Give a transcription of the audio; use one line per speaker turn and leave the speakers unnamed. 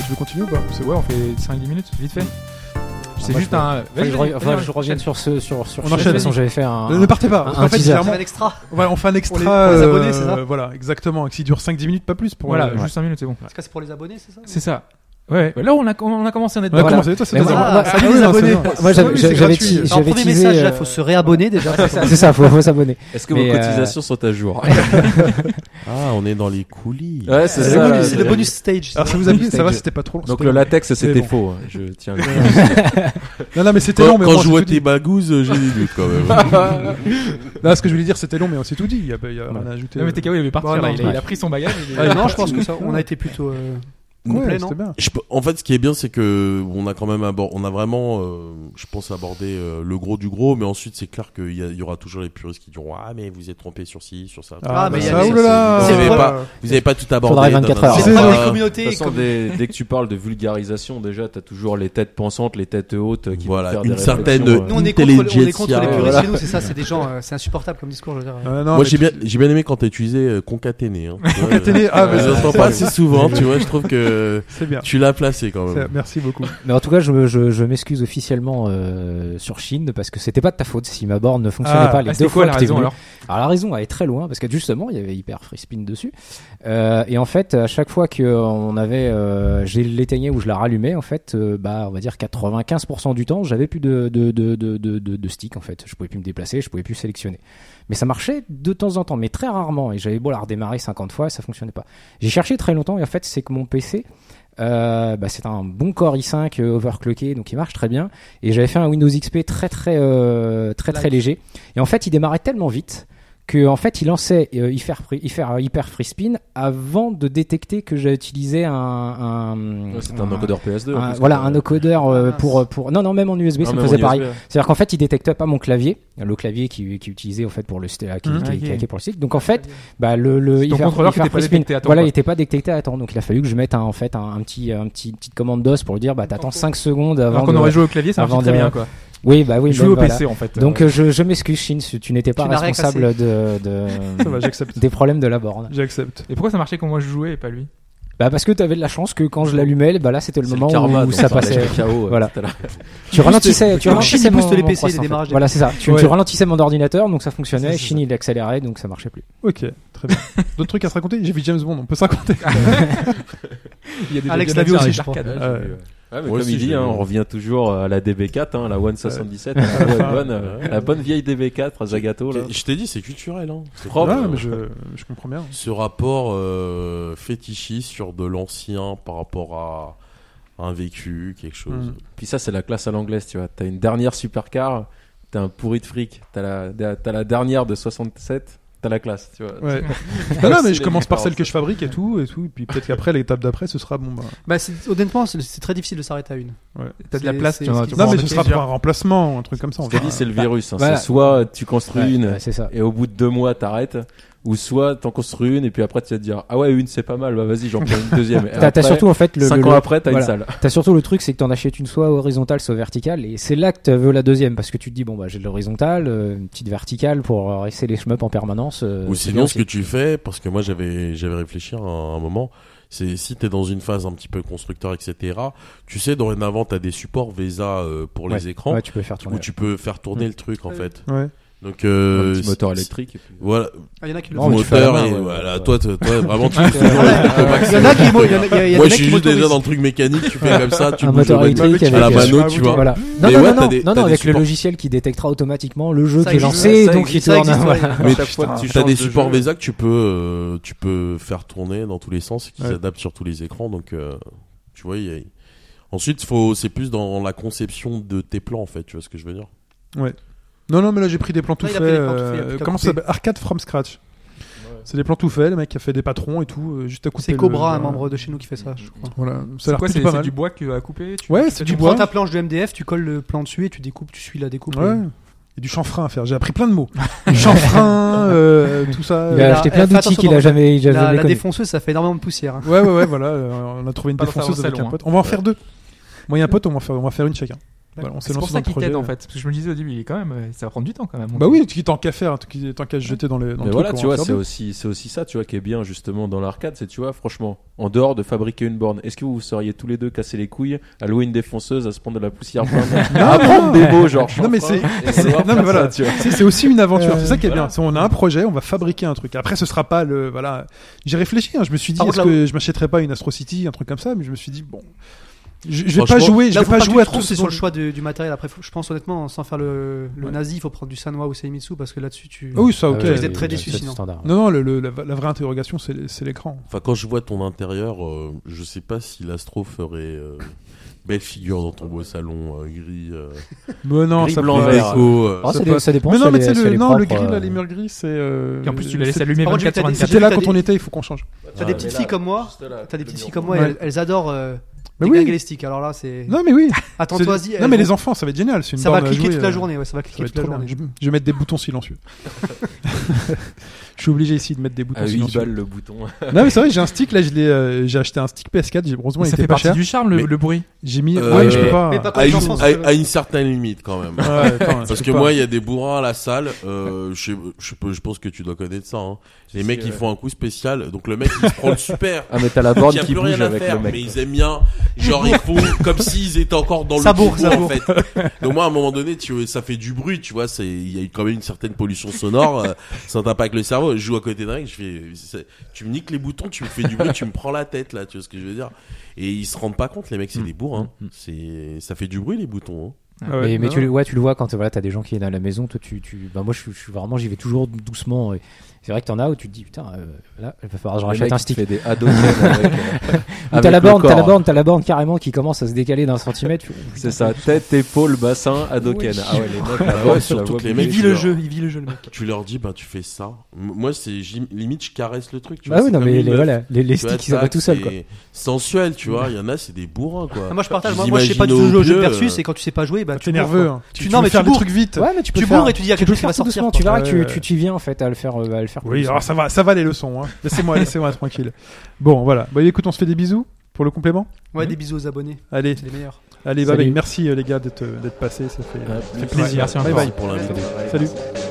tu veux continuer ou pas Parce que, Ouais, on fait 5-10 minutes, vite fait. C'est
moi,
juste
je peux-
un.
Faudrait que
Vas-y, vas-y,
je, re- faudrait que
vas-y,
je revienne sur ce sur sur.
On
ce- De
enchaîne.
toute façon, j'avais fait
Ne
un.
ne partez pas.
un-
parce
un
qu'en fait,
teaser.
clairement,
Faire un extra.
voilà, on fait un
les-
extra.
pour les
euh,
abonnés, c'est ça
Voilà, exactement. S'il dure 5-10 minutes, pas plus. Pour
Voilà,
euh, juste 5 minutes, c'est bon.
Parce que c'est pour les abonnés, c'est ça
C'est ça. Ouais, ouais. là on a, on a commencé à en être On a
Voilà.
commencé, toi, c'est
Mais
tes
moi-
abonnés.
moi-
Salut
moi,
les
j'avais-
abonnés.
Moi, j'avais-
Oui, c'est gratuit.
j'avais ti-
Alors,
j'avais
premier
teasé.
message,
euh,
là, faut se réabonner déjà.
C'est ça, faut, faut s'abonner.
Est-ce que
Mais,
vos
euh,
cotisations sont à jour
Ah, on est dans les coulisses.
Ouais, c'est
C'est
ça.
le
là,
bonus- c'est le
je-
bonus stage.
Alors,
c'est
ça
vrai.
vous a plu Ça
Stage.
va, c'était pas trop long.
Donc
c'était-
le latex, c'était
bon.
faux. hein. Je tiens. à le dire.
Non, non, mais c'était long,
Quand,
mais
quand
bon,
je
c'est
vois
tout
tes
dit.
bagouses, euh, j'ai des doutes quand même.
Non, ce que je voulais dire, c'était long, mais on s'est tout dit. Il y a, il y a rien à ajouter.
Non, mais TKO, il avait partir,
Ouais,
là.
non,
Il,
ouais.
il a pris son bagage. il est-
Euh, Non, je pense que ça, on a été plutôt. euh, complet,
Ouais,
non
c'était bien.
Je peux- en fait, ce qui est bien, c'est que on a quand même abordé, on a vraiment, euh, je pense, abordé euh, le gros du gros, mais ensuite, c'est clair qu'il y, a- il y aura toujours les puristes qui diront ah mais vous êtes trompé sur ci, sur ça.
Ah, mais il y a
bah, ça,
des-
oulala.
Vous
c'est
avez
vrai.
pas, vous avez pas tout abordé.
Faudra 24
nanana,
heures.
C'est
nanana.
pas des
De
communautés.
toute façon,
comme-
dès, dès que tu parles de vulgarisation, déjà, t'as toujours les têtes pensantes, les têtes hautes qui
Voilà,
vont faire
une
des
certaine-
réflexions,
Nous, on est contre on est contre les
Intelligentsia,
puristes
voilà.
chez nous, c'est ça, c'est des gens, euh, c'est insupportable comme discours, je veux dire.
Euh, non,
Moi,
mais
j'ai
tu-
bien, j'ai bien aimé quand t'as utilisé euh, concaténé. Hein,
Concaténé, ah, mais
je
ça,
l'entends
c'est-
pas assez souvent, tu vois. Je trouve que
C'est bien.
tu l'as placé quand
C'est-
même.
Merci beaucoup.
Mais en tout cas, je, me- je, je m'excuse officiellement euh, sur Chine parce que c'était pas de ta faute si ma borne ne fonctionnait
Ah,
pas les
Ah,
deux
c'est quoi
fois
la
que t'es
raison
venu.
alors
Alors la raison elle est très loin parce que justement il y avait hyper free spin dessus Euh, et en fait à chaque fois que euh, on avait euh, j'ai l'éteignais ou je la rallumais en fait euh, bah on va dire 95% du temps j'avais plus de de, de, de, de, de- de stick en fait je pouvais plus me déplacer je pouvais plus sélectionner mais ça marchait de temps en temps mais très rarement et j'avais beau la redémarrer 50 fois ça fonctionnait pas j'ai cherché très longtemps et en fait c'est que mon PC euh, bah, c'est un bon Core i5 euh, overclocké donc il marche très bien et j'avais fait un Windows XP très très euh, très très
Light.
léger et en fait il démarrait tellement vite que en fait il lançait euh, hyper, free, hyper, hyper free spin avant de détecter que j'ai utilisé un, un-
Ouais, euh, C'est un encodeur PS2. en
un-
plus,
Ah, voilà
quand
un
même.
encodeur euh,
Ah,
pour pour non non même en USB
Non,
ça
mais
me
en
faisait
USB,
pareil
ouais.
c'est à dire qu'en fait il détectait pas mon clavier le clavier qui qui utilisait en fait pour le st- qui,
Mhm.
qui- qui-
Ok.
qui- pour le site donc en fait bah le, le
ton
hyper-
contrôleur qui
hyper
était pas
free spin,
détecté à temps,
voilà
quoi.
il était pas détecté à temps donc il a fallu que je mette un, en fait un, un petit un petit une petite commande DOS pour lui dire bah t'attends 5 secondes avant
Alors qu'on
de-
aurait joué au clavier, ça
avant
marche très
de-
bien quoi.
oui bah oui
Jouer
ben
au
voilà.
PC en fait.
donc
euh,
euh, je, je m'excuse Shin si tu n'étais pas
Tu n'as rien
responsable de, de-
Ça va, j'accepte.
des problèmes de la borne
J'accepte.
Et pourquoi ça marchait quand moi je jouais et pas lui
bah parce que t'avais de la chance que quand je l'allumais bah là c'était le
C'est
moment où
karma dont
ça
on parlait
passait
avec Kao, euh,
Voilà.
tout à l'heure.
tu ralentissais tu
le
ralentissais
Chine, il
mon,
booste les
mon
PC, les
process, en fait.
démarrages des-
voilà c'est ça tu,
Ouais.
tu ralentissais mon ordinateur donc ça
C'est
fonctionnait
ça, c'est
Shin il accélérait donc ça marchait plus
Ok, très bien. D'autres trucs à se raconter J'ai vu James Bond, on peut se raconter.
Il y a des
Alex
James
Lavio
Bond
aussi,
avec
je crois.
l'arcade.
Ouais,
Euh,
j'ai vu, ouais. Ouais, mais
Moi
comme
aussi,
il dit,
j'ai
hein,
vu.
on revient toujours à la DB4, hein, la One 77, la, bonne, euh, la bonne vieille DB4, Zagato. Là.
Je t'ai dit, c'est culturel. Hein. C'est
Propre.
propre.
Ah, mais je, je comprends bien.
ce rapport euh, fétichiste sur de l'ancien par rapport à un vécu, quelque chose.
Mm.
Puis ça, c'est la classe à l'anglaise, tu vois. T'as une dernière supercar, t'as un pourri de fric, t'as la, da- t'as la dernière de 67, t'as la classe, tu vois.
Ouais. non, non, mais je
C'est
commence par
les
celle que je fabrique et tout, et tout. Et puis peut-être qu'après, l'étape d'après, ce sera bon. Bah,
Bah, c'est- honnêtement, c'est c'est très difficile de s'arrêter à une.
ouais.
T'as de la
C'est-
place,
c'est-
tu vois.
c'est-
tu
Bon,
Non,
vois,
mais
en
ce
fait,
sera
tu
pour un remplacement, un truc comme ça. on
Je t'ai
verra.
dit, c'est le virus. hein.
Bah,
Voilà.
C'est soit tu construis
Ouais,
une
ouais, c'est ça
et au bout de deux mois, t'arrêtes, ou soit t'en construis une et puis après, tu vas te dire, ah ouais, une, c'est pas mal, bah vas-y, j'en prends une deuxième. Et
t'as t'as
après,
surtout en fait le,
Cinq
le-
ans
le-
après, t'as
voilà.
une salle.
T'as surtout le truc, c'est que t'en achètes une soit horizontale, soit verticale, et c'est là que tu veux la deuxième, parce que tu te dis, bon, bah, j'ai de l'horizontale, euh, une petite verticale pour euh, rester les shmups en permanence. euh,
Ou
c'est
sinon, ce
aussi.
que tu fais, parce que moi j'avais j'avais réfléchi à un, un moment, c'est si t'es dans une phase un petit peu constructeur, etc. Tu sais, dorénavant, t'as des supports VESA euh, pour les
Ouais.
écrans
Ouais, tu peux faire
où
tourner.
tu peux faire tourner le truc en
Ouais.
fait.
Ouais.
Donc euh,
Un petit moteur
c'est-
électrique. et puis-
Voilà,
Ah, Il y en a qui le
Non,
font.
mais tu fais à la
moteur
main,
et
ouais,
voilà.
ouais.
Toi, toi, toi, vraiment, tu fais toujours le truc au
Il y en a qui mo- il y en a- il y a- il y a
Moi,
des mecs
je suis
qui
juste déjà
m'autorisent.
dans le truc mécanique, tu fais comme ça, tu
un
bouges
moteur
au bon-
électrique
à
avec
la
euh,
mano, tu vois.
Voilà. Non,
Mais
non,
ouais,
non,
t'as
non,
des-
non,
t'as des
avec le
supports.
logiciel qui détectera automatiquement le jeu
Ça
qui est
existe,
lancé,
ça
donc il
existe,
Ça
tourne.
existe,
hein,
ouais.
voilà.
Mais
Chaque fois que tu
Ah, T'as
changes
des
de
supports
jeu.
VESA que tu peux, euh, tu peux faire tourner dans tous les sens et qui
Ouais.
s'adaptent sur tous les écrans. Donc, euh, tu vois, il y a- ensuite, faut, c'est plus dans la conception de tes plans, en fait. Tu vois ce que je veux dire
Non, non, mais là, j'ai pris des plans tout
il a
faits.
pris des plans tout faits,
euh,
il a tout
comment
coupé.
ça s'appelle Arcade from scratch. C'est des plans tout faits, le mec qui a fait des patrons et tout, euh, juste à couper.
C'est
le-
Cobra, un
voilà.
membre de chez nous, qui fait ça, je crois.
Voilà, ça a
C'est
l'air
quoi
plutôt
C'est
pas
c'est
mal.
du bois que euh, à couper tu-
Ouais, c'est du
Tu
bois.
prends ta planche de MDF, tu colles le plan dessus et tu découpes, tu suis la découpe.
Ouais.
Et-
Et du chanfrein à faire. J'ai appris plein de mots. chanfrein, euh, tout ça.
Il
euh,
a
la-
acheté
eh,
plein
fais
d'outils
attention
qu'il a
dans-
jamais, il a
La,
jamais
la
connu.
défonceuse, ça fait énormément de poussière. hein.
Ouais, ouais, ouais, voilà. euh, on a trouvé une
Pas dans
défonceuse
un
avec
salon,
un
hein.
pote. On va en faire deux.
Ouais.
Moi, il y a un pote, on va en faire, on va en faire une chacun. Voilà, on s'est
Bah, C'est pour
lancé
ça
dans le
qu'il
projet.
t'aide en fait. Parce que je me disais au début, il est quand même, euh, ça va prendre du temps quand même.
Bah oui, qui- tant qu'à faire, qui- tant qu'à se jeter dans le. Dans
Mais
le
voilà,
truc,
tu
on va
vois,
faire
c'est
bien.
aussi, c'est aussi ça, tu vois, qui est bien justement dans l'arcade, c'est, tu vois, franchement, en dehors de fabriquer une borne, est-ce que vous seriez tous les deux casser les couilles à louer une défonceuse, à se prendre de la poussière pleine, à prendre des mots, genre,
Non, mais
chanfrein,
c'est-
et
c'est-
vouloir
non, mais
faire
voilà.
ça, tu vois.
C'est- C'est aussi une aventure.
Euh,
c'est ça qui est
voilà.
bien. C'est- On a un projet, on va fabriquer un truc. Après, ce sera pas le. Voilà. J'ai réfléchi. hein, je me suis dit,
Par
est-ce
contre, Ah, là
que je m'achèterais pas une Astro City, un truc comme ça Mais je me suis dit, bon, je, je vais pas
Franchement,
jouer. Je
Là,
vais
faut
pas
que
jouer à
tu te
tout
trompes,
ce
c'est sur
dont-
le choix de- du matériel. Après, faut- je pense honnêtement, sans faire le, le
Ouais.
nazi, il faut prendre du Sanwa ou Seimitsu parce que là-dessus, tu.
Ah oui, ça, ok.
Vous êtes très
oui,
déçus,
c'est
sinon.
standard.
Non, non. le- le- la, la vraie interrogation, c'est c'est l'écran.
Enfin, quand je vois ton intérieur, euh, je sais pas si l'astro ferait euh, belle figure dans ton beau salon euh, gris, euh,
Mais non,
Gris,
ça
blanc,
peut-
vert.
déco, euh,
Ah,
ça
ça,
peut-
dé- ça dépend.
Mais
si
non,
elle
mais
est-
c'est
si elle
le,
est
non, le
propre,
gris, là,
euh,
les murs gris, c'est. euh,
Et en plus, tu
c'est-
la laisses allumer
Par contre, j'ai
24
peut-être des-
C'était là
t'as
quand
des-
on était. Il faut qu'on change.
T'as des petites filles comme moi. T'as des petites filles comme moi,
Ouais.
elles, elles adorent euh,
Bah
déglinguer
oui.
les sticks. Alors là, c'est.
Non, mais oui. C'est-
Attends-toi-y.
Non,
elles
mais
vont-
les enfants, ça va être génial. c'est une
Ça va
borne à
cliquer
jouer,
toute la
euh,
journée, ouais, ça
Ça
va
va
cliquer
être
toute la
trop bien.
journée.
Je, je vais mettre des boutons silencieux. je suis obligé ici de mettre des
Ah
boutons
À 8
silencieux.
balles le bouton.
Non mais c'est vrai, j'ai un stick là, je l'ai, euh, j'ai acheté un stick PS4, j'ai- heureusement
Mais
il
ça
était
fait
pas
partie
cher.
du charme, le,
Mais-
le bruit.
J'ai mis,
Euh,
ouais, je peux
mais-
pas.
mais pas-
à, une,
Enfance,
à-
euh.
à une certaine limite quand même.
Ouais, attends,
Parce
je
que
peux
moi,
pas.
il y a des bourrins à la salle. euh, je, sais- je, peux- je pense que tu dois connaître ça. hein. Les mecs, ils font un coup spécial. Donc le mec, il se prend le super.
Ah, mais t'as la
Il
borne
y a
qui
plus
bouge
rien à
avec
faire,
le
mais
mec.
ils aiment bien. Genre, ils font comme s'ils étaient encore dans
Ça
le
bourre,
bourre,
ça
en fait. Donc moi, à un moment donné, tu vois, ça fait du bruit, tu vois. c'est- Il y a eu quand même une certaine pollution sonore. euh, ça t'impacte le cerveau. Je joue à côté d'un mec, je fais, c'est- tu me niques les boutons, tu me fais du bruit, tu me prends la tête, là. Tu vois ce que je veux dire Et ils se rendent pas compte, les mecs,
Mm.
c'est des bourrins. C'est, ça fait du bruit, les boutons. hein.
Ouais,
mais, mais
non.
tu, le- ouais, tu le vois quand euh, voilà, t'as des gens qui sont à la maison, toi tu, tu bah moi je, suis- je suis vraiment j'y vais toujours doucement. et C'est vrai que t'en as où tu te dis putain euh, là il va falloir que je
Le
rachète
mec,
un
il
stick.
fait des ados avec, euh,
Ou
avec
T'as la
le
borne, t'as la
corps.
borne, t'as la borne carrément qui commence à se décaler d'un centimètre. tu-
C'est ça, tête, épaule, bassin, adoken.
Oui.
Ah ouais, les mecs, la
ouais,
borne, tu la
surtout
vois
que
bouger.
les mecs,
Il vit le jeu, il vit le jeu, le mec.
Tu leur dis, bah, tu fais ça. M- Moi, c'est, j'im- limite, je caresse le truc, tu
Bah
vois.
oui,
c'est
non
comme
mais
une
les,
meuf.
voilà, les, les
Tu vois,
sticks ils en
ça,
vont tout seuls quoi.
c'est Sensuel, tu vois. Il y en a, c'est des bourrins, quoi.
Ah, moi, je partage.
Je
Moi,
les
moi, je sais pas du tout
imagine
jouer au
au
jeu
pieu,
perçu,
euh,
c'est quand tu sais pas jouer, bah
T'es
tu bourres,
nerveux.
quoi.
hein. Tu,
Tu-
tu
non,
veux
mais
faire
tu
des
bourres.
trucs vite.
Ouais mais tu peux
Tu
faire-
bourres et tu dis à
tu peux
quelqu'un
le
qui
faire
va
tout
sortir.
doucement. Tu verras,
Ouais,
tu,
ouais.
tu, tu y viens en fait à le faire euh, à le faire. plus
ah,
Oui,
doucement.
alors ça va, ça va les leçons. hein. Laissez-moi, laissez-moi tranquille. Bon, voilà. Bah écoute, on se fait des bisous pour le complément.
Ouais, des bisous aux abonnés,
Allez,
c'est les meilleurs.
allez, bye bye.
Salut.
Merci euh, les gars d'être d'être euh, passés, ça fait, ça fait
Ouais,
plaisir.
merci
bye
encore.
bye.
pour l'invite.
Salut.